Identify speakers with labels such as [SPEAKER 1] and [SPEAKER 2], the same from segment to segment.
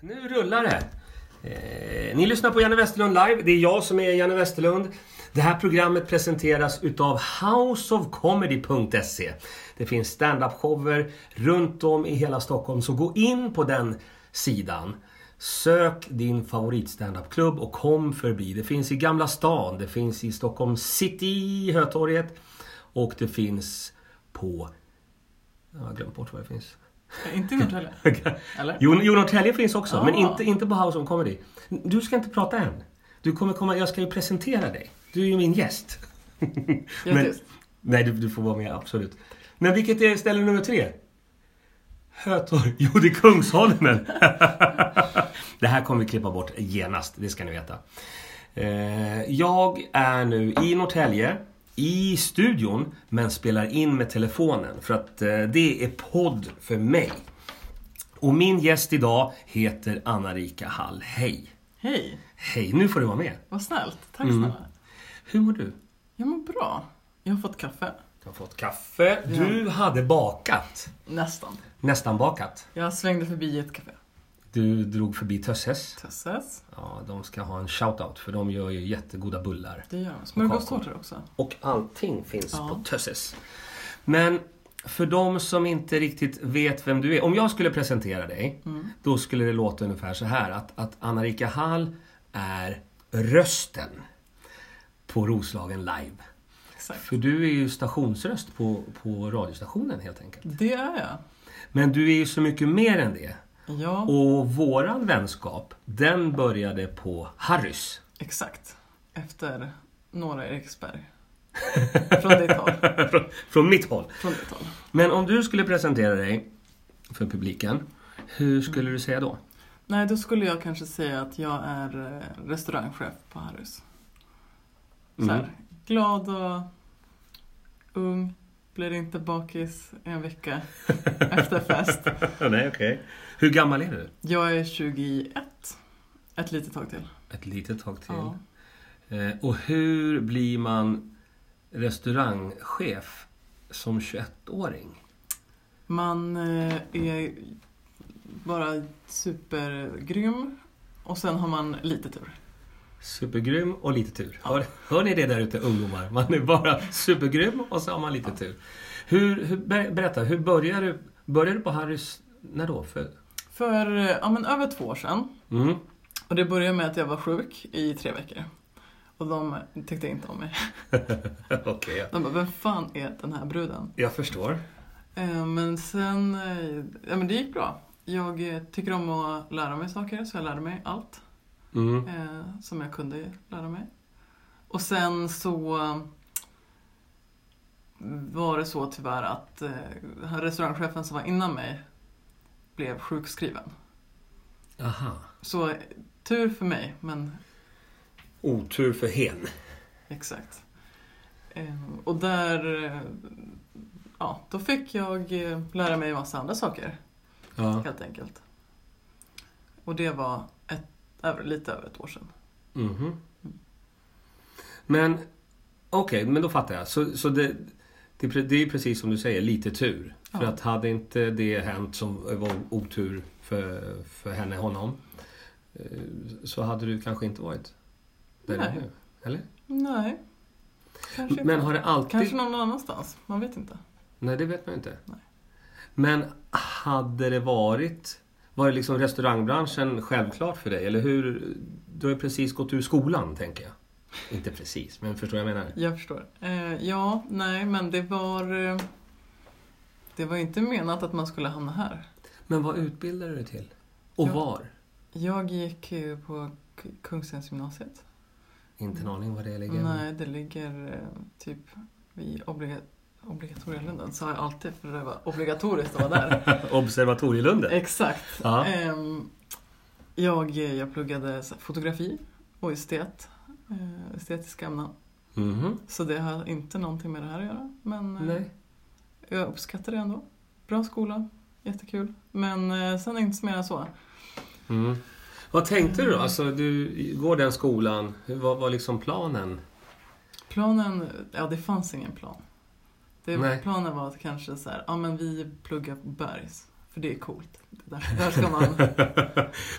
[SPEAKER 1] Nu rullar det! Eh, ni lyssnar på Janne Westerlund live. Det är jag som är Janne Westerlund. Det här programmet presenteras utav houseofcomedy.se. Det finns standup-shower runt om i hela Stockholm, så gå in på den sidan. Sök din favorit klubb och kom förbi. Det finns i Gamla stan, det finns i Stockholm city, Hötorget och det finns på... Jag har glömt bort vad det finns.
[SPEAKER 2] Inte i Norrtälje? Eller?
[SPEAKER 1] Jo, jo Norrtälje finns också,
[SPEAKER 2] Ah.
[SPEAKER 1] men inte, inte på House of Comedy. Du ska inte prata än. Du kommer komma, jag ska ju presentera dig. Du är ju min gäst. men,
[SPEAKER 2] tyst.
[SPEAKER 1] nej, du, du får vara med, absolut. Men vilket är ställe nummer tre? Hötorg. Jo, det är Kungsholmen. det här kommer vi klippa bort genast, det ska ni veta. Eh, jag är nu i Norrtälje, i studion, men spelar in med telefonen. För att eh, det är podd för mig. Och min gäst idag heter Anna-Rika Hall. Hej!
[SPEAKER 2] Hej,
[SPEAKER 1] Hej, nu får du vara med.
[SPEAKER 2] vad snällt. Tack snälla.
[SPEAKER 1] Hur mår du?
[SPEAKER 2] Jag mår bra. Jag har fått kaffe.
[SPEAKER 1] Jag har fått kaffe. Du hade bakat.
[SPEAKER 2] Nästan.
[SPEAKER 1] Nästan bakat.
[SPEAKER 2] Jag svängde förbi ett kafé.
[SPEAKER 1] Du drog förbi Tösses.
[SPEAKER 2] Tösses.
[SPEAKER 1] Ja, de ska ha en shout-out för de gör ju jättegoda bullar.
[SPEAKER 2] Det gör jag. Smörgåstårtor också.
[SPEAKER 1] Och allting finns
[SPEAKER 2] Ja.
[SPEAKER 1] på Tösses. Men för de som inte riktigt vet vem du är. Om jag skulle presentera dig, då skulle det låta ungefär så här. Att, att Anna-Rika Hall är rösten på Roslagen Live.
[SPEAKER 2] Exakt.
[SPEAKER 1] För du är ju stationsröst på, på radiostationen helt enkelt.
[SPEAKER 2] Det är jag.
[SPEAKER 1] Men du är ju så mycket mer än det.
[SPEAKER 2] Ja,
[SPEAKER 1] Och våran vänskap, den började på Harrys.
[SPEAKER 2] exakt. Efter några Eriksberg. Från ditt håll.
[SPEAKER 1] Från- Från mitt håll.
[SPEAKER 2] Från ditt håll.
[SPEAKER 1] Men om du skulle presentera dig för publiken, hur skulle du säga då?
[SPEAKER 2] Nej, då skulle jag kanske säga att jag är eh, restaurangchef på Harrys. Så här, Glad och ung, blir inte bakis en vecka efter fest.
[SPEAKER 1] Nej, okej. Hur gammal är du?
[SPEAKER 2] Jag är 21, ett litet tag till.
[SPEAKER 1] Ett litet tag till.
[SPEAKER 2] Ja.
[SPEAKER 1] Eh, Och hur blir man restaurangchef som 21-åring?
[SPEAKER 2] Man eh, är bara supergrym och sen har man lite tur.
[SPEAKER 1] Supergrym och lite tur. Hör, hör ni det där ute ungdomar? Man är bara supergrym och så har man lite tur. Hur, hur, ber- berätta, hur började du? Började du på Harrys, när då? För,
[SPEAKER 2] För eh, ja, men över två år sedan
[SPEAKER 1] mm.
[SPEAKER 2] Och det började med att jag var sjuk i tre veckor. Och de tyckte inte om mig.
[SPEAKER 1] Okej, ja.
[SPEAKER 2] De bara, vem fan är den här bruden?
[SPEAKER 1] jag förstår.
[SPEAKER 2] Eh, Men sen, eh, ja men det gick bra. Jag eh, tycker om att lära mig saker, så jag lärde mig allt
[SPEAKER 1] Mm.
[SPEAKER 2] eh, som jag kunde lära mig. Och sen så eh, var det så tyvärr att eh, den här restaurangchefen som var innan mig blev sjukskriven.
[SPEAKER 1] Aha.
[SPEAKER 2] Så eh, tur för mig, men
[SPEAKER 1] Otur för hen.
[SPEAKER 2] Exakt. Eh, Och där, eh, ja, då fick jag eh, lära mig en massa andra saker
[SPEAKER 1] Ja.
[SPEAKER 2] helt enkelt. Och det var ett, över- lite över ett år sedan.
[SPEAKER 1] Mhm. Men okej, men då fattar jag. Så, så det, det, är pre- det är precis som du säger, lite tur. För
[SPEAKER 2] Ja.
[SPEAKER 1] att hade inte det hänt som eh, var otur för, för henne, honom, eh, så hade du kanske inte varit där du är
[SPEAKER 2] Nej.
[SPEAKER 1] nu. Eller?
[SPEAKER 2] Nej. Kanske,
[SPEAKER 1] Men har det alltid...
[SPEAKER 2] kanske någon annanstans, man vet inte.
[SPEAKER 1] Nej, det vet man ju inte.
[SPEAKER 2] Nej.
[SPEAKER 1] Men hade det varit... Var det liksom restaurangbranschen självklart för dig? Eller hur? Du har ju precis gått ur skolan, tänker jag. Inte precis, men förstår vad jag menar?
[SPEAKER 2] Jag förstår. Eh, Ja, nej, men det var... eh, Det var inte menat att man skulle hamna här.
[SPEAKER 1] Men vad utbildade du dig till? Och
[SPEAKER 2] Ja.
[SPEAKER 1] var?
[SPEAKER 2] Jag gick eh, på K- Kungsängs
[SPEAKER 1] Inte en aning vad det ligger.
[SPEAKER 2] Nej, det ligger eh, typ vid obliga- Obligatorielunden sa jag alltid för det var obligatoriskt att vara där.
[SPEAKER 1] Observatorielunden?
[SPEAKER 2] Exakt.
[SPEAKER 1] Ja.
[SPEAKER 2] Ehm, jag, jag pluggade så här fotografi och estet, eh, estetiska ämnen.
[SPEAKER 1] Mhm.
[SPEAKER 2] Så det har inte någonting med det här att göra. Men eh,
[SPEAKER 1] Nej.
[SPEAKER 2] jag uppskattar det ändå. Bra skola, jättekul. Men eh, sen inte så mer än så.
[SPEAKER 1] Mm. Vad tänkte du då? Alltså, du går den skolan. Hur- Vad var liksom planen?
[SPEAKER 2] Planen, ja det fanns ingen plan. Det,
[SPEAKER 1] Nej.
[SPEAKER 2] planen var att kanske så här, ja men vi pluggar på Bergs För det är coolt. Det Där, där ska man...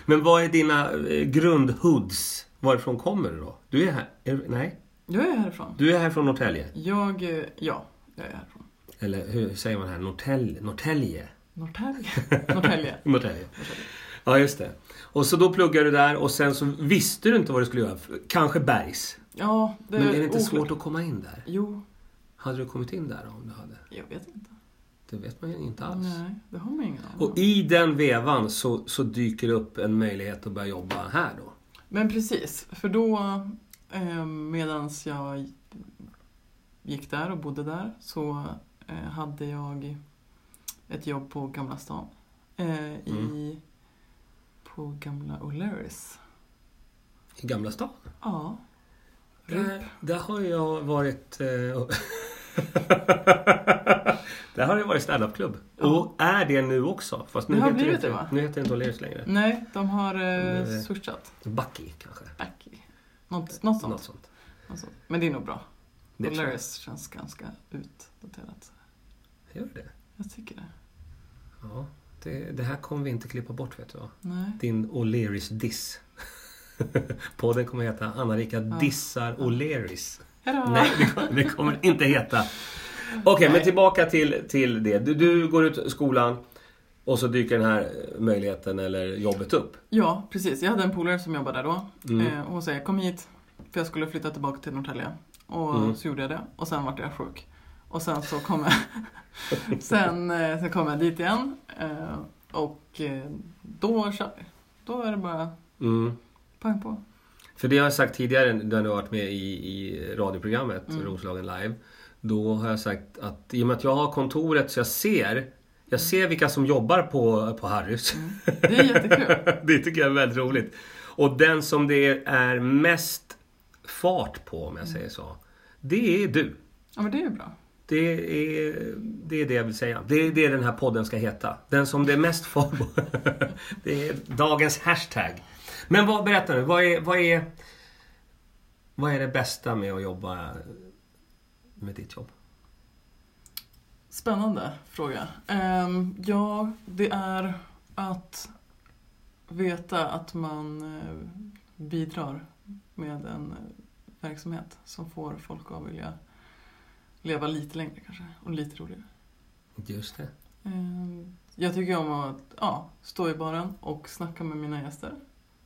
[SPEAKER 1] Men vad är dina eh, grundhoods? Varifrån kommer du då? Du är här? Är, nej?
[SPEAKER 2] Jag är härifrån.
[SPEAKER 1] Du är här från Norrtälje?
[SPEAKER 2] Jag, eh, ja, jag är härifrån.
[SPEAKER 1] Eller hur säger man här? Norrtälje? Norrtälje?
[SPEAKER 2] Norrtälje. Norrtälje.
[SPEAKER 1] Norrtälje. Ja, just det. Och så då pluggade du där och sen så visste du inte vad du skulle göra. Kanske Bergs.
[SPEAKER 2] Ja, det
[SPEAKER 1] Men är det inte
[SPEAKER 2] oklart.
[SPEAKER 1] svårt att komma in där?
[SPEAKER 2] Jo,
[SPEAKER 1] Hade du kommit in där om du hade?
[SPEAKER 2] jag vet inte.
[SPEAKER 1] Det vet man ju inte alls.
[SPEAKER 2] Nej, det har man ingen aning om.
[SPEAKER 1] alltså. Och i den vevan så, så dyker det upp en möjlighet att börja jobba här då.
[SPEAKER 2] Men precis, för då eh, medans jag gick där och bodde där så eh, hade jag ett jobb på Gamla stan. Eh, i,
[SPEAKER 1] Mm.
[SPEAKER 2] på Gamla O'Learys.
[SPEAKER 1] I Gamla stan.
[SPEAKER 2] Ja.
[SPEAKER 1] Där, där har jag varit... Eh, där har jag varit standupklubb.
[SPEAKER 2] Ja.
[SPEAKER 1] Och är det nu också. Fast nu
[SPEAKER 2] Det har
[SPEAKER 1] heter
[SPEAKER 2] blivit
[SPEAKER 1] inte,
[SPEAKER 2] det, va?
[SPEAKER 1] Nu heter det inte O'Learys längre.
[SPEAKER 2] Nej, de har eh,
[SPEAKER 1] Nej.
[SPEAKER 2] switchat.
[SPEAKER 1] Bucky kanske.
[SPEAKER 2] Back i. Något, något, sånt.
[SPEAKER 1] Något sånt.
[SPEAKER 2] något sånt. Men det är nog bra.
[SPEAKER 1] Det tror jag.
[SPEAKER 2] O'Learys känns ganska utdaterat.
[SPEAKER 1] Gör det?
[SPEAKER 2] Jag tycker det.
[SPEAKER 1] Ja. Det, det här kommer vi inte klippa bort vet du va?
[SPEAKER 2] Nej.
[SPEAKER 1] Din O'Learys diss. Podden kommer heta Anna-Rika dissar O'Learys.
[SPEAKER 2] Hejdå!
[SPEAKER 1] Nej, det kommer, det kommer inte heta. Okej, men
[SPEAKER 2] Nej.
[SPEAKER 1] tillbaka till, till det. Du, du går ut skolan och så dyker den här möjligheten eller jobbet upp.
[SPEAKER 2] Ja, precis. Jag hade en polare som jobbade där då.
[SPEAKER 1] Mm.
[SPEAKER 2] Eh, och hon säger kom hit, för jag skulle flytta tillbaka till Norrtälje. Och
[SPEAKER 1] Mm.
[SPEAKER 2] så gjorde jag det. Och sen vart jag sjuk. Och sen så kom jag, sen, eh, sen kom jag dit igen. Eh, och eh, då, kör vi. då är det bara
[SPEAKER 1] Mm.
[SPEAKER 2] pang på.
[SPEAKER 1] För det har jag sagt tidigare när du har varit med i, i radioprogrammet Roslagen Live. Då har jag sagt att i och med att jag har kontoret så jag ser, jag ser vilka som jobbar på, på Harrys.
[SPEAKER 2] Det är jättekul.
[SPEAKER 1] det tycker jag är väldigt roligt. Och den som det är mest fart på, om jag säger så, det är du.
[SPEAKER 2] Ja, men det är ju bra.
[SPEAKER 1] Det är, det är det jag vill säga. Det är det den här podden ska heta. Den som det är mest far på. Det är dagens hashtag. Men vad, berätta nu, vad är, vad, är, vad är det bästa med att jobba med ditt jobb?
[SPEAKER 2] Spännande fråga. Ehm, ja, det är att veta att man eh, bidrar med en eh, verksamhet som får folk att vilja leva lite längre kanske och lite roligare.
[SPEAKER 1] Just det.
[SPEAKER 2] Ehm, jag tycker om att ja, stå i baren och snacka med mina gäster.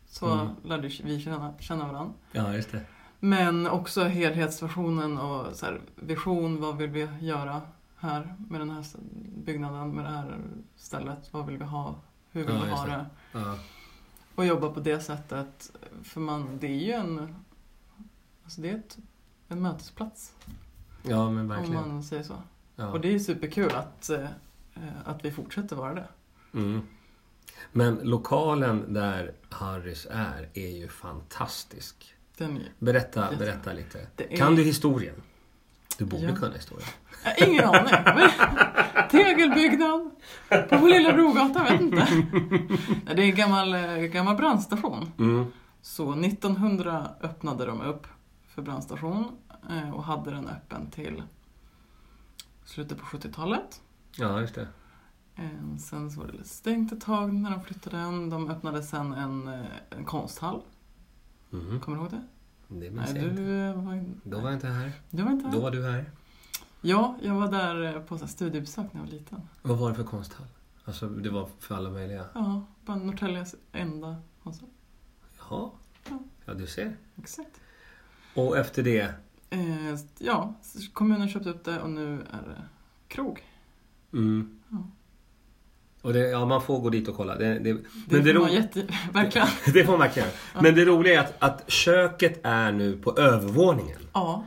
[SPEAKER 2] Så
[SPEAKER 1] Mm.
[SPEAKER 2] lärde vi känna, känna varandra.
[SPEAKER 1] Ja, just det.
[SPEAKER 2] Men också helhetsversionen och så här, vision, vad vill vi göra här med den här s- byggnaden, med det här stället, vad vill vi ha, hur vill
[SPEAKER 1] Ja,
[SPEAKER 2] vi
[SPEAKER 1] just
[SPEAKER 2] ha
[SPEAKER 1] det.
[SPEAKER 2] det?
[SPEAKER 1] Ja.
[SPEAKER 2] Och jobba på det sättet, för man, det är ju en, alltså det är ett, en mötesplats
[SPEAKER 1] Ja, men
[SPEAKER 2] om
[SPEAKER 1] verkligen.
[SPEAKER 2] man säger så.
[SPEAKER 1] Ja.
[SPEAKER 2] Och det är superkul att, eh, eh, att vi fortsätter vara det.
[SPEAKER 1] Mm. Men lokalen där Harrys är, är ju fantastisk.
[SPEAKER 2] Den är,
[SPEAKER 1] Berätta,
[SPEAKER 2] Jättebra.
[SPEAKER 1] berätta lite.
[SPEAKER 2] Det är-
[SPEAKER 1] Kan du historien? Du borde
[SPEAKER 2] Ja.
[SPEAKER 1] kunna historien.
[SPEAKER 2] jag har ingen aning. Tegelbyggnad på Lilla Brogatan, jag vet inte. Nej, Det är en gammal, eh, gammal brandstation.
[SPEAKER 1] Mm.
[SPEAKER 2] Så 1900 öppnade de upp för brandstation eh, och hade den öppen till slutet på 70-talet.
[SPEAKER 1] Ja, just det.
[SPEAKER 2] Eh, Sen så var det lite stängt ett tag när de flyttade den. De öppnade sen en, eh, en konsthall.
[SPEAKER 1] Mm.
[SPEAKER 2] Kommer du ihåg det?
[SPEAKER 1] Det minns
[SPEAKER 2] Nej,
[SPEAKER 1] jag inte.
[SPEAKER 2] du eh, var,
[SPEAKER 1] Då var jag inte här.
[SPEAKER 2] du var inte
[SPEAKER 1] Då
[SPEAKER 2] här.
[SPEAKER 1] var du här.
[SPEAKER 2] Ja, jag var där eh, på så här studiebesök när jag var liten.
[SPEAKER 1] Vad var det för konsthall? Alltså, det var för alla möjliga.
[SPEAKER 2] Ja, bara Norrtäljes enda konsthall.
[SPEAKER 1] Jaha.
[SPEAKER 2] Ja.
[SPEAKER 1] Ja, du ser.
[SPEAKER 2] Exakt.
[SPEAKER 1] Och efter det?
[SPEAKER 2] Eh, Ja, så kommunen köpte upp det och nu är det krog.
[SPEAKER 1] Mm.
[SPEAKER 2] Ja.
[SPEAKER 1] Och det, ja, man får gå dit och kolla. Det, det,
[SPEAKER 2] Det,
[SPEAKER 1] men det,
[SPEAKER 2] får
[SPEAKER 1] ro-
[SPEAKER 2] man jätte... Verkligen.
[SPEAKER 1] det får man verkligen. Men det roliga är att, att köket är nu på övervåningen.
[SPEAKER 2] Ja,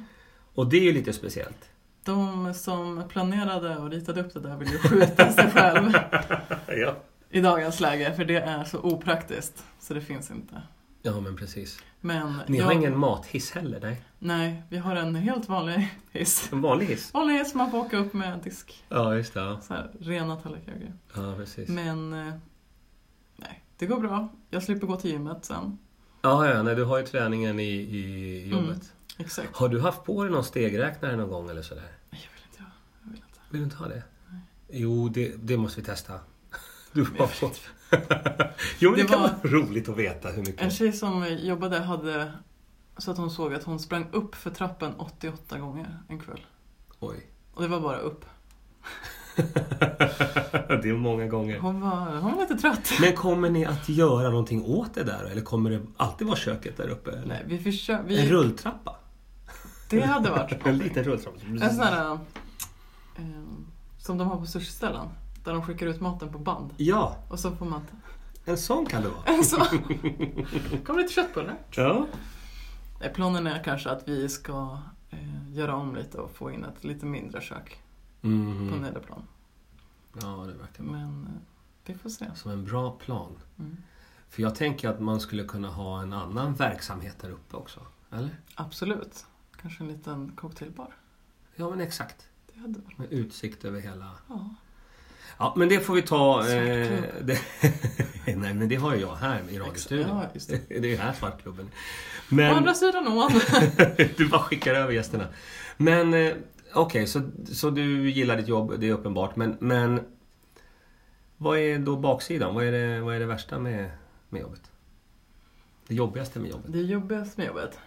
[SPEAKER 1] Och det är ju lite speciellt.
[SPEAKER 2] De som planerade och ritade upp det där vill ju skjuta sig själv
[SPEAKER 1] Ja.
[SPEAKER 2] i dagens läge, för det är så opraktiskt så det finns inte.
[SPEAKER 1] Ja, men precis.
[SPEAKER 2] Men
[SPEAKER 1] Ni
[SPEAKER 2] jag-
[SPEAKER 1] har ingen mathiss heller, nej?
[SPEAKER 2] Nej, vi har en helt vanlig hiss.
[SPEAKER 1] En vanlig hiss?
[SPEAKER 2] Vanlig hiss man får åka upp med disk,
[SPEAKER 1] Ja, just det. Ja,
[SPEAKER 2] så här, rena tallrikar och grejer.
[SPEAKER 1] ja precis.
[SPEAKER 2] Men eh, nej, det går bra. Jag slipper gå till gymmet sen.
[SPEAKER 1] Ja, ja, nej, du har ju träningen i, i jobbet.
[SPEAKER 2] Mm. Exakt.
[SPEAKER 1] Har du haft på dig någon stegräknare någon gång eller sådär?
[SPEAKER 2] Nej, jag vill inte göra. Jag vill inte.
[SPEAKER 1] Vill du inte ha det? Jo, det, det måste vi testa. Du var på. jo, men det,
[SPEAKER 2] Det
[SPEAKER 1] kan
[SPEAKER 2] var-
[SPEAKER 1] vara roligt att veta hur
[SPEAKER 2] En
[SPEAKER 1] mycket...
[SPEAKER 2] tjej som jobbade hade så att hon såg att hon sprang upp för trappen 88 gånger en kväll.
[SPEAKER 1] Oj.
[SPEAKER 2] Och det var bara upp.
[SPEAKER 1] det är många gånger.
[SPEAKER 2] Hon var, hon var lite trött.
[SPEAKER 1] Men kommer ni att göra någonting åt det där? Eller kommer det alltid vara köket där uppe? Eller?
[SPEAKER 2] Nej, vi försökte...
[SPEAKER 1] En
[SPEAKER 2] Vi,
[SPEAKER 1] rulltrappa?
[SPEAKER 2] det hade varit
[SPEAKER 1] En
[SPEAKER 2] någonting.
[SPEAKER 1] liten rulltrappa.
[SPEAKER 2] En sån här... Eh, som de har på sushiställen. Där de skickar ut maten på band.
[SPEAKER 1] Ja,
[SPEAKER 2] Och så får man...
[SPEAKER 1] en sån kan det vara.
[SPEAKER 2] Så, kommer lite köttbullar.
[SPEAKER 1] Ja.
[SPEAKER 2] Nej, Planen är kanske att vi ska eh, göra om lite och få in ett lite mindre kök på
[SPEAKER 1] Mm.
[SPEAKER 2] nederplan.
[SPEAKER 1] Ja, det verkar vara
[SPEAKER 2] Men eh, vi får se.
[SPEAKER 1] som en bra plan.
[SPEAKER 2] Mm.
[SPEAKER 1] För jag tänker att man skulle kunna ha en annan verksamhet där uppe också. Eller?
[SPEAKER 2] Absolut. Kanske en liten cocktailbar.
[SPEAKER 1] Ja, men exakt.
[SPEAKER 2] Det hade varit...
[SPEAKER 1] Med utsikt över hela...
[SPEAKER 2] Ja.
[SPEAKER 1] Ja, men det får vi ta... Eh,
[SPEAKER 2] Svartklubb.
[SPEAKER 1] det... Nej, men det har ju jag här i radiostudion.
[SPEAKER 2] Ja, just det.
[SPEAKER 1] Det är ju här Svartklubben är.
[SPEAKER 2] Å
[SPEAKER 1] Men...
[SPEAKER 2] andra sidan ån.
[SPEAKER 1] du bara skickar över gästerna. Men eh, okej, så, så du gillar ditt jobb, det är uppenbart. Men, men vad är då baksidan? Vad är det, vad är det värsta med, med jobbet? Det jobbigaste med jobbet?
[SPEAKER 2] Det jobbigaste med jobbet.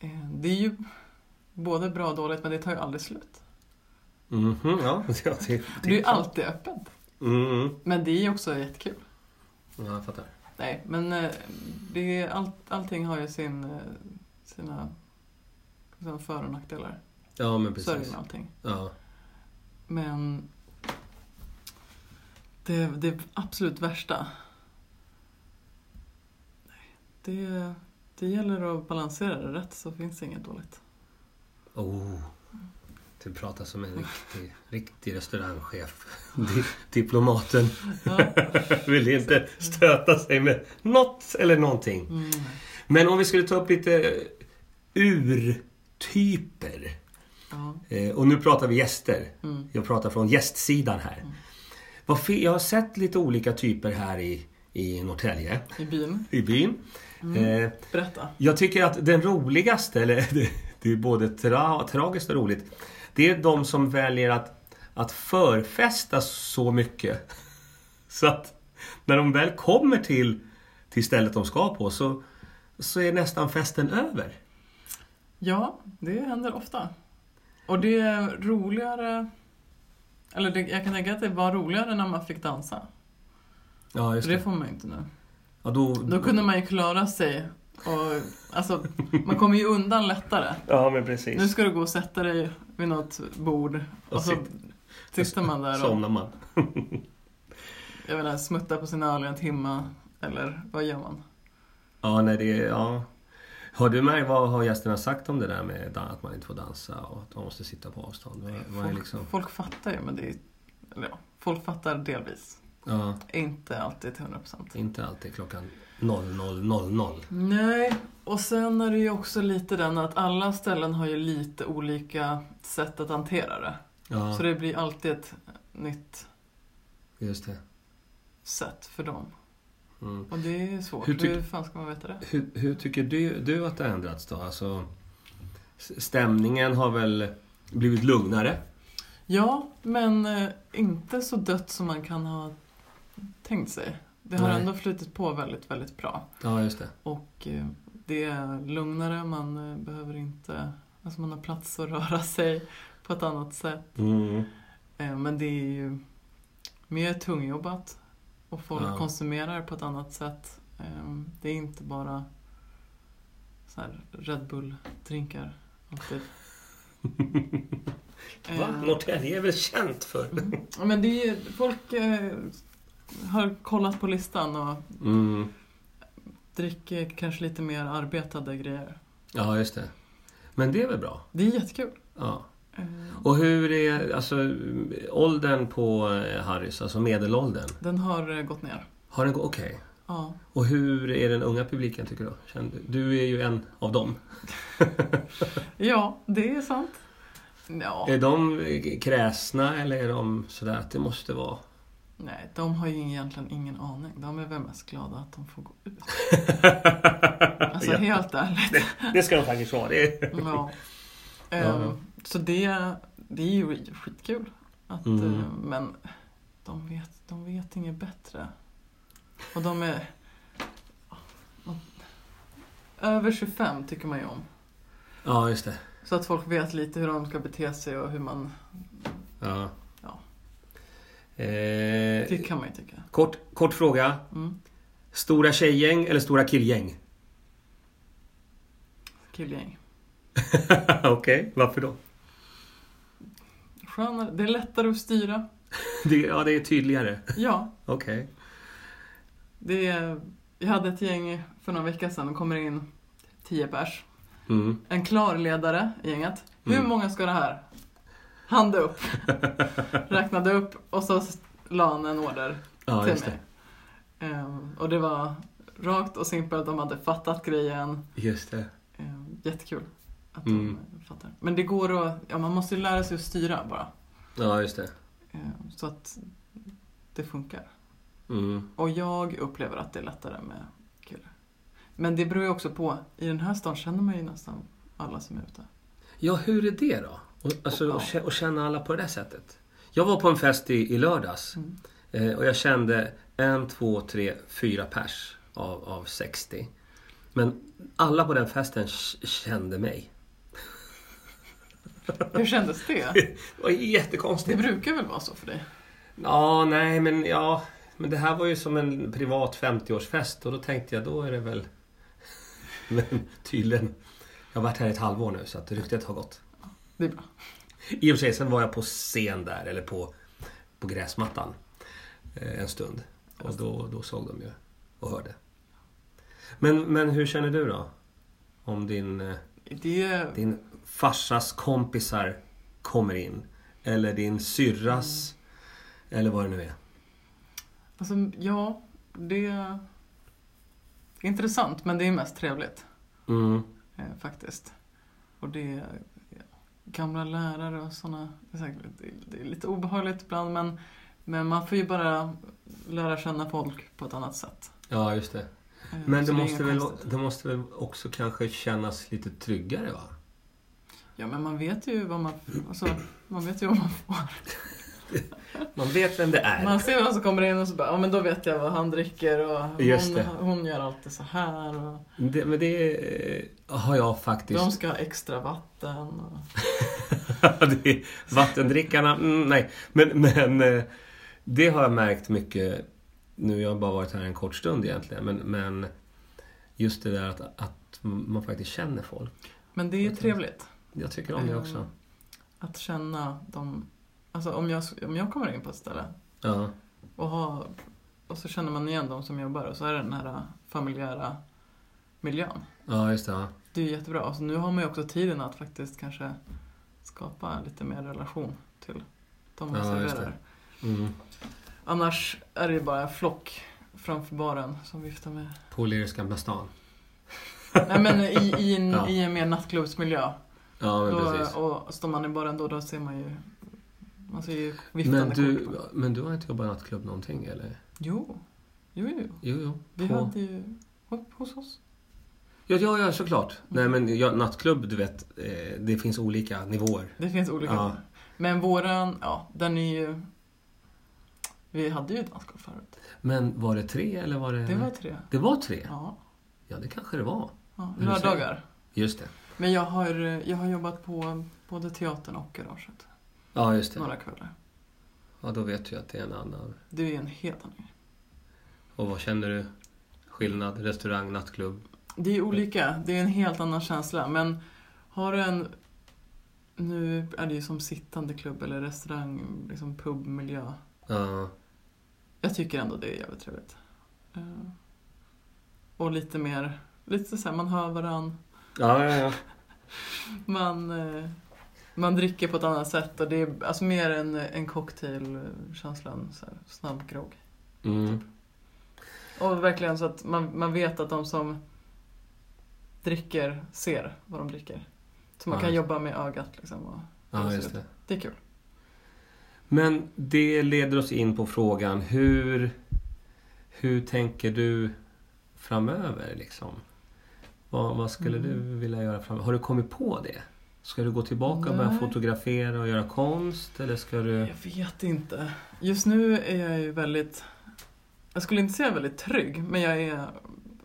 [SPEAKER 2] eh, Det är ju både bra och dåligt men det tar ju aldrig slut.
[SPEAKER 1] Mhm, ja. ja, det-
[SPEAKER 2] Det är ju alltid öppet.
[SPEAKER 1] Mm, mm.
[SPEAKER 2] Men det är ju också jättekul.
[SPEAKER 1] Ja, jag fattar.
[SPEAKER 2] Nej, men eh, det är allt, allting har ju sin, eh, sina, sina för och nackdelar.
[SPEAKER 1] Ja, men
[SPEAKER 2] Så är det ju
[SPEAKER 1] precis.
[SPEAKER 2] med allting.
[SPEAKER 1] Ja.
[SPEAKER 2] Men det, det absolut värsta, nej, det, det gäller att balansera det rätt så finns inget dåligt.
[SPEAKER 1] Oh. Du pratar som en riktig, riktig restaurangchef. Di, diplomaten
[SPEAKER 2] Ja.
[SPEAKER 1] vill inte stöta sig med något eller någonting.
[SPEAKER 2] Mm.
[SPEAKER 1] Men om vi skulle ta upp lite urtyper.
[SPEAKER 2] Ja.
[SPEAKER 1] Eh, Och nu pratar vi gäster.
[SPEAKER 2] Mm.
[SPEAKER 1] Jag pratar från gästsidan här. Vad fi- Jag har sett lite olika typer här i, i Norrtälje,
[SPEAKER 2] I byn.
[SPEAKER 1] i byn. Eh,
[SPEAKER 2] Berätta.
[SPEAKER 1] Jag tycker att den roligaste, eller det, det är både tra, tragiskt och roligt, det är de som väljer att, att förfesta så mycket. Så att när de väl kommer till, till stället de ska på så, så är nästan festen över.
[SPEAKER 2] Ja, det händer ofta. Och det är roligare, eller det, jag kan tänka att det var roligare när man fick dansa.
[SPEAKER 1] Ja, just
[SPEAKER 2] För det får man ju inte nu.
[SPEAKER 1] Ja, då,
[SPEAKER 2] Då kunde man ju klara sig. Och, alltså, man kommer ju undan lättare.
[SPEAKER 1] Ja, men
[SPEAKER 2] Nu
[SPEAKER 1] precis.
[SPEAKER 2] ska du gå och sätta dig vid något bord
[SPEAKER 1] Och
[SPEAKER 2] och så sitter man där och
[SPEAKER 1] Somnar man.
[SPEAKER 2] jag menar, smuttar på sina öl i en timme. Eller vad gör man?
[SPEAKER 1] Ja, nej, det är... Ja. Har du märkt vad har gästerna sagt om det där med dan- att man inte får dansa och att man måste sitta på avstånd? Vad, vad är
[SPEAKER 2] Folk,
[SPEAKER 1] liksom...
[SPEAKER 2] folk fattar ju, men det är, eller ja, folk fattar delvis.
[SPEAKER 1] Ja,
[SPEAKER 2] Inte alltid till 100%.
[SPEAKER 1] inte alltid klockan 00.00.
[SPEAKER 2] Nej, och sen är det ju också lite den att alla ställen har ju lite olika sätt att hantera det.
[SPEAKER 1] Ja,
[SPEAKER 2] Så det blir alltid ett nytt
[SPEAKER 1] just det.
[SPEAKER 2] sätt för dem.
[SPEAKER 1] Mm.
[SPEAKER 2] Och det är svårt.
[SPEAKER 1] Hur
[SPEAKER 2] Hur,
[SPEAKER 1] tyck-
[SPEAKER 2] fan ska man veta det?
[SPEAKER 1] Hur, hur tycker du, du att det har ändrats då? Alltså, s- stämningen har väl blivit lugnare?
[SPEAKER 2] Ja, men eh, inte så dött som man kan ha tänkt sig. Det har
[SPEAKER 1] Nej.
[SPEAKER 2] ändå flutit på väldigt, väldigt bra.
[SPEAKER 1] Ja, just det.
[SPEAKER 2] Och eh, det är lugnare, man eh, behöver inte... Alltså man har plats att röra sig på ett annat sätt.
[SPEAKER 1] Mm.
[SPEAKER 2] Eh, Men det är ju mer tungjobbat och folk
[SPEAKER 1] Ja.
[SPEAKER 2] konsumerar på ett annat sätt. Eh, Det är inte bara så här Red Bull-drinkar alltid.
[SPEAKER 1] Va?
[SPEAKER 2] Eh,
[SPEAKER 1] Norrtälje är väl känt för...
[SPEAKER 2] ja, Men det är ju, folk eh, har kollat på listan och
[SPEAKER 1] Mm.
[SPEAKER 2] dricker kanske lite mer arbetade grejer.
[SPEAKER 1] Ja, just det. Men det är väl bra?
[SPEAKER 2] Det är jättekul.
[SPEAKER 1] Ja.
[SPEAKER 2] Eh,
[SPEAKER 1] Och hur är alltså, åldern på eh, Harrys, alltså medelåldern?
[SPEAKER 2] Den har eh, gått ner.
[SPEAKER 1] Har den gå- Okej.
[SPEAKER 2] Ja.
[SPEAKER 1] Och hur är den unga publiken tycker du? Känner du? Du är ju en av dem.
[SPEAKER 2] ja, det är sant. Ja.
[SPEAKER 1] Är de eh, kräsna eller är de sådär att det måste vara...
[SPEAKER 2] Nej, de har ju egentligen ingen aning. De är väl mest glada att de får gå ut. Alltså
[SPEAKER 1] Ja,
[SPEAKER 2] helt ärligt.
[SPEAKER 1] Det ska de faktiskt vara. Det är...
[SPEAKER 2] Ja.
[SPEAKER 1] Ja, ja.
[SPEAKER 2] Ehm, Så det, det är ju skitkul. Att,
[SPEAKER 1] Mm.
[SPEAKER 2] eh, Men de vet, de vet inget bättre. Och de är... Över 25 tycker man ju om.
[SPEAKER 1] Ja, just det.
[SPEAKER 2] Så att folk vet lite hur de ska bete sig och hur man...
[SPEAKER 1] Ja.
[SPEAKER 2] Ja. Det
[SPEAKER 1] Eh,
[SPEAKER 2] kan man ju tycka.
[SPEAKER 1] kort, kort fråga.
[SPEAKER 2] Mm.
[SPEAKER 1] Stora tjejgäng eller stora killgäng?
[SPEAKER 2] Killgäng.
[SPEAKER 1] Okej, varför då?
[SPEAKER 2] Skönare. Det är lättare att styra.
[SPEAKER 1] Det, ja, det är tydligare.
[SPEAKER 2] Ja.
[SPEAKER 1] Okej.
[SPEAKER 2] Det är, jag hade ett gäng för några veckor sedan, det kommer in 10 pers.
[SPEAKER 1] Mm.
[SPEAKER 2] En klar ledare i gänget. Hur
[SPEAKER 1] Mm.
[SPEAKER 2] många ska det här? Hand upp! Räknade upp och så la han en order
[SPEAKER 1] Ja,
[SPEAKER 2] till
[SPEAKER 1] just
[SPEAKER 2] mig.
[SPEAKER 1] det.
[SPEAKER 2] Ehm, och det var rakt och simpelt, de hade fattat grejen.
[SPEAKER 1] Just det.
[SPEAKER 2] Ehm, jättekul att
[SPEAKER 1] Mm.
[SPEAKER 2] de fattar. Men det går att, ja man måste ju lära sig att styra bara.
[SPEAKER 1] Ja, just det.
[SPEAKER 2] Ehm, så att det funkar.
[SPEAKER 1] Mm.
[SPEAKER 2] Och jag upplever att det är lättare med killar. Men det beror ju också på. I den här stan känner man ju nästan alla som är ute.
[SPEAKER 1] Ja, hur är det då? Och, alltså,
[SPEAKER 2] Ja.
[SPEAKER 1] och, kä- och känna alla på det där sättet. Jag var på en fest i, i lördags
[SPEAKER 2] Mm.
[SPEAKER 1] eh, och jag kände en, två, tre, fyra pers av, av 60. Men alla på den festen k- kände mig.
[SPEAKER 2] Hur kändes det?
[SPEAKER 1] Det var jättekonstigt.
[SPEAKER 2] Det brukar väl vara så för dig?
[SPEAKER 1] Ja, nej, men ja. Men det här var ju som en privat 50-årsfest och då tänkte jag, då är det väl... Men tydligen. Jag har varit här i ett halvår nu så att ryktet har gått.
[SPEAKER 2] Det är bra.
[SPEAKER 1] I och för sig, sen var jag på scen där, eller på, på gräsmattan eh, en stund. Och då, då såg de ju och hörde. Men, men hur känner du då? Om din, eh,
[SPEAKER 2] Det,
[SPEAKER 1] din farsas kompisar kommer in. Eller din syrras. Eller vad det nu är.
[SPEAKER 2] alltså, ja, det är intressant men det är mest trevligt
[SPEAKER 1] Mm.
[SPEAKER 2] eh, faktiskt. Och det är ja, gamla lärare och sådana. Det är säkert- det är- det är lite obehagligt ibland men, men man får ju bara lära känna folk på ett annat sätt.
[SPEAKER 1] Ja, just det.
[SPEAKER 2] Eh,
[SPEAKER 1] Men
[SPEAKER 2] så
[SPEAKER 1] det
[SPEAKER 2] är
[SPEAKER 1] måste,
[SPEAKER 2] inget
[SPEAKER 1] väl,
[SPEAKER 2] konstigt.
[SPEAKER 1] det måste väl också kanske kännas lite tryggare va?
[SPEAKER 2] Ja, men man vet ju vad man, alltså, man, vet ju vad man får.
[SPEAKER 1] Man vet vem det är.
[SPEAKER 2] Man ser vem som kommer in och så bara, ja men då vet jag vad han dricker och
[SPEAKER 1] Just
[SPEAKER 2] hon,
[SPEAKER 1] det.
[SPEAKER 2] hon gör alltid så här. Och
[SPEAKER 1] Det, men det eh, har jag
[SPEAKER 2] de
[SPEAKER 1] faktiskt.
[SPEAKER 2] ska ha extra vatten. Och...
[SPEAKER 1] det är vattendrickarna, mm, nej. Men, men eh, det har jag märkt mycket. Nu jag har bara varit här en kort stund egentligen. Men, men just det där att, att man faktiskt känner folk.
[SPEAKER 2] Men det är ju trevligt.
[SPEAKER 1] Jag tycker om det
[SPEAKER 2] Eh,
[SPEAKER 1] också.
[SPEAKER 2] Att känna de, alltså om jag, om jag kommer in på ett ställe
[SPEAKER 1] Ja,
[SPEAKER 2] och, har, och så känner man igen de som jobbar och så är det den här familjära miljön.
[SPEAKER 1] ja just det. ja.
[SPEAKER 2] Det är ju jättebra. Alltså, nu har man ju också tiden att faktiskt kanske skapa lite mer relation till de man
[SPEAKER 1] Ja, just
[SPEAKER 2] serverar.
[SPEAKER 1] det. Mm.
[SPEAKER 2] Annars är det ju bara en flock framför baren som viftar med.
[SPEAKER 1] På Lears gamla stan.
[SPEAKER 2] Nej men i, i, en,
[SPEAKER 1] Ja.
[SPEAKER 2] i en mer nattklubbsmiljö.
[SPEAKER 1] Ja, men
[SPEAKER 2] Då,
[SPEAKER 1] precis.
[SPEAKER 2] och står man i baren då, då ser man ju, man ser ju viftande
[SPEAKER 1] Men du,
[SPEAKER 2] kort. på-
[SPEAKER 1] men du har inte jobbat i nattklubb någonting eller?
[SPEAKER 2] Jo, jo, jo.
[SPEAKER 1] Jo, jo.
[SPEAKER 2] Vi
[SPEAKER 1] På-
[SPEAKER 2] hade ju upp hos oss.
[SPEAKER 1] Ja, ja, ja såklart. Nej, men ja, nattklubb, du vet, eh, det finns olika nivåer.
[SPEAKER 2] Det finns olika.
[SPEAKER 1] Ja.
[SPEAKER 2] Men våran, ja den är ju, vi hade ju dansgolv förut.
[SPEAKER 1] Men var det tre eller var det...
[SPEAKER 2] Det var tre.
[SPEAKER 1] det var tre?
[SPEAKER 2] Ja,
[SPEAKER 1] Ja, det kanske det var.
[SPEAKER 2] ja.
[SPEAKER 1] Men du ser.
[SPEAKER 2] lördagar.
[SPEAKER 1] Just det.
[SPEAKER 2] Men jag har, jag har jobbat på både teatern och garaget.
[SPEAKER 1] Ja, just det.
[SPEAKER 2] Några kvällar.
[SPEAKER 1] Ja, då vet du att det är en annan.
[SPEAKER 2] Det är ju en helt annan
[SPEAKER 1] Och vad känner du? Skillnad? Restaurang, nattklubb?
[SPEAKER 2] Det är olika, det är en helt annan känsla. Men har du en... Nu är det ju som sittande klubb eller restaurang, liksom pubmiljö.
[SPEAKER 1] Ja.
[SPEAKER 2] Jag tycker ändå det är jävligt trevligt. Eh, Och lite mer, lite såhär, man hör varann.
[SPEAKER 1] Ja, ja, ja.
[SPEAKER 2] Man, eh, man dricker på ett annat sätt och det är alltså mer en, en cocktailkänsla, en så här snabb grogg.
[SPEAKER 1] Mm.
[SPEAKER 2] Och verkligen så att man, man vet att de som dricker ser vad de dricker. Så man
[SPEAKER 1] Ja,
[SPEAKER 2] kan
[SPEAKER 1] just
[SPEAKER 2] jobba med ögat liksom. Och,
[SPEAKER 1] ja just det.
[SPEAKER 2] Det är kul.
[SPEAKER 1] Men det leder oss in på frågan hur, hur tänker du framöver? Liksom? Vad, vad skulle
[SPEAKER 2] Mm.
[SPEAKER 1] Mm. du vilja göra framöver? Har du kommit på det? Ska du gå tillbaka och börja
[SPEAKER 2] Nej.
[SPEAKER 1] fotografera och göra konst? Eller ska du...
[SPEAKER 2] Jag vet inte. Just nu är jag ju väldigt, jag skulle inte säga väldigt trygg, men jag är,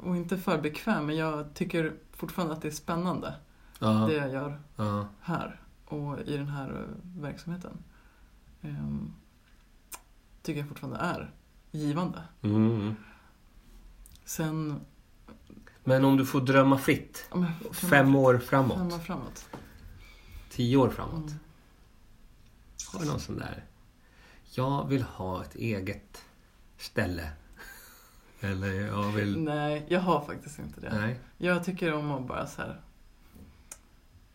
[SPEAKER 2] och inte för bekväm, men jag tycker fortfarande att det är spännande
[SPEAKER 1] Ja,
[SPEAKER 2] det jag gör
[SPEAKER 1] ja.
[SPEAKER 2] här och i den här eh, verksamheten. Ehm, tycker jag fortfarande är givande.
[SPEAKER 1] Mm. mm.
[SPEAKER 2] Sen...
[SPEAKER 1] Men om du får drömma fritt.
[SPEAKER 2] ja, men-
[SPEAKER 1] Fem år
[SPEAKER 2] Fem år
[SPEAKER 1] framåt.
[SPEAKER 2] framåt.
[SPEAKER 1] Tio år framåt.
[SPEAKER 2] Mm.
[SPEAKER 1] Har du någon sån där? Jag vill ha ett eget ställe. Eller jag vill...
[SPEAKER 2] Nej, jag har faktiskt inte det.
[SPEAKER 1] Nej.
[SPEAKER 2] Jag tycker om att bara så här...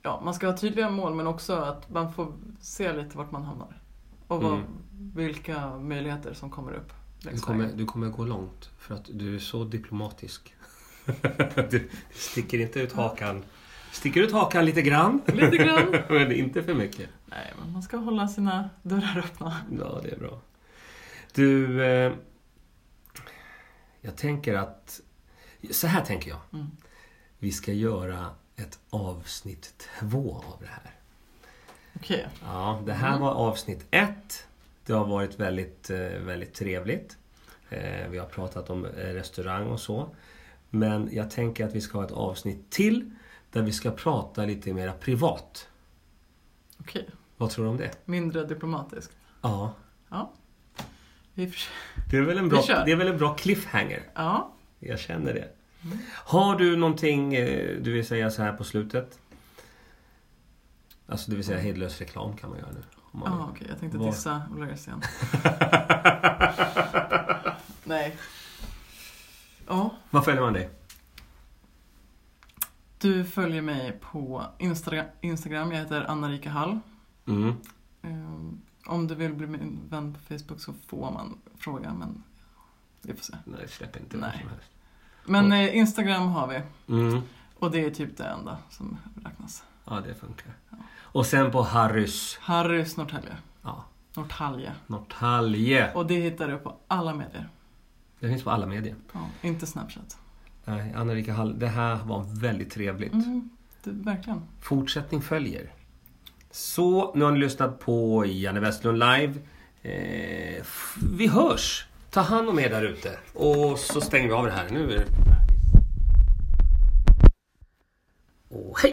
[SPEAKER 2] Ja, man ska ha tydliga mål men också att man får se lite vart man hamnar. Och vad,
[SPEAKER 1] Mm.
[SPEAKER 2] vilka möjligheter som kommer upp.
[SPEAKER 1] Du
[SPEAKER 2] längs
[SPEAKER 1] kommer,
[SPEAKER 2] vägen.
[SPEAKER 1] du kommer gå långt. För att du är så diplomatisk. du sticker inte ut hakan. Sticker ut hakan lite grann.
[SPEAKER 2] Lite grann.
[SPEAKER 1] Men inte för mycket.
[SPEAKER 2] Nej, men man ska hålla sina dörrar öppna.
[SPEAKER 1] Ja, det är bra. Du, eh, jag tänker att... Så här tänker jag.
[SPEAKER 2] Mm.
[SPEAKER 1] Vi ska göra ett avsnitt två av det här.
[SPEAKER 2] Okej.
[SPEAKER 1] Ja, det här
[SPEAKER 2] Mm.
[SPEAKER 1] var avsnitt ett. Det har varit väldigt, eh, väldigt trevligt. Eh, Vi har pratat om eh, restaurang och så. Men jag tänker att vi ska ha ett avsnitt till där vi ska prata lite mer privat.
[SPEAKER 2] Okej.
[SPEAKER 1] Vad tror du om det?
[SPEAKER 2] Mindre diplomatiskt.
[SPEAKER 1] Ja,
[SPEAKER 2] I och för sig-
[SPEAKER 1] det är väl en
[SPEAKER 2] Vi
[SPEAKER 1] bra,
[SPEAKER 2] kör.
[SPEAKER 1] det är väl en bra cliffhanger.
[SPEAKER 2] Ja.
[SPEAKER 1] Jag känner det. Har du någonting eh, du vill säga så här på slutet? Alltså det vill säga hejdlös reklam kan man göra nu. om man
[SPEAKER 2] Ja,
[SPEAKER 1] vill.
[SPEAKER 2] okej. Jag tänkte
[SPEAKER 1] Var-
[SPEAKER 2] dissa Ola Gräsén. Nej. Ja.
[SPEAKER 1] Vad följer man dig?
[SPEAKER 2] Du följer mig på Instra Instagram. Jag heter Anna-Rika Hall.
[SPEAKER 1] Mm.
[SPEAKER 2] Ehm, Om du vill bli min vän på Facebook så får man fråga, men vi får se.
[SPEAKER 1] Nej, släpp inte vem
[SPEAKER 2] Nej.
[SPEAKER 1] som helst.
[SPEAKER 2] Men eh, Instagram har vi
[SPEAKER 1] Mm.
[SPEAKER 2] och det är typ det enda som räknas.
[SPEAKER 1] Ja, det funkar. Och sen på Harrys
[SPEAKER 2] Harrys Norrtälje.
[SPEAKER 1] ja,
[SPEAKER 2] Norrtälje.
[SPEAKER 1] Norrtälje.
[SPEAKER 2] Och det hittar du på alla medier.
[SPEAKER 1] Det finns på alla medier.
[SPEAKER 2] Ja, inte Snapchat.
[SPEAKER 1] Nej, Anna-Rika Hall, det här var väldigt trevligt.
[SPEAKER 2] Mm, det, verkligen.
[SPEAKER 1] Fortsättning följer. Så, nu har ni lyssnat på Janne Westlund live. Eh, f- vi hörs! Ta hand om er där ute. Och så stänger vi av det här. Nu är det... Och hej!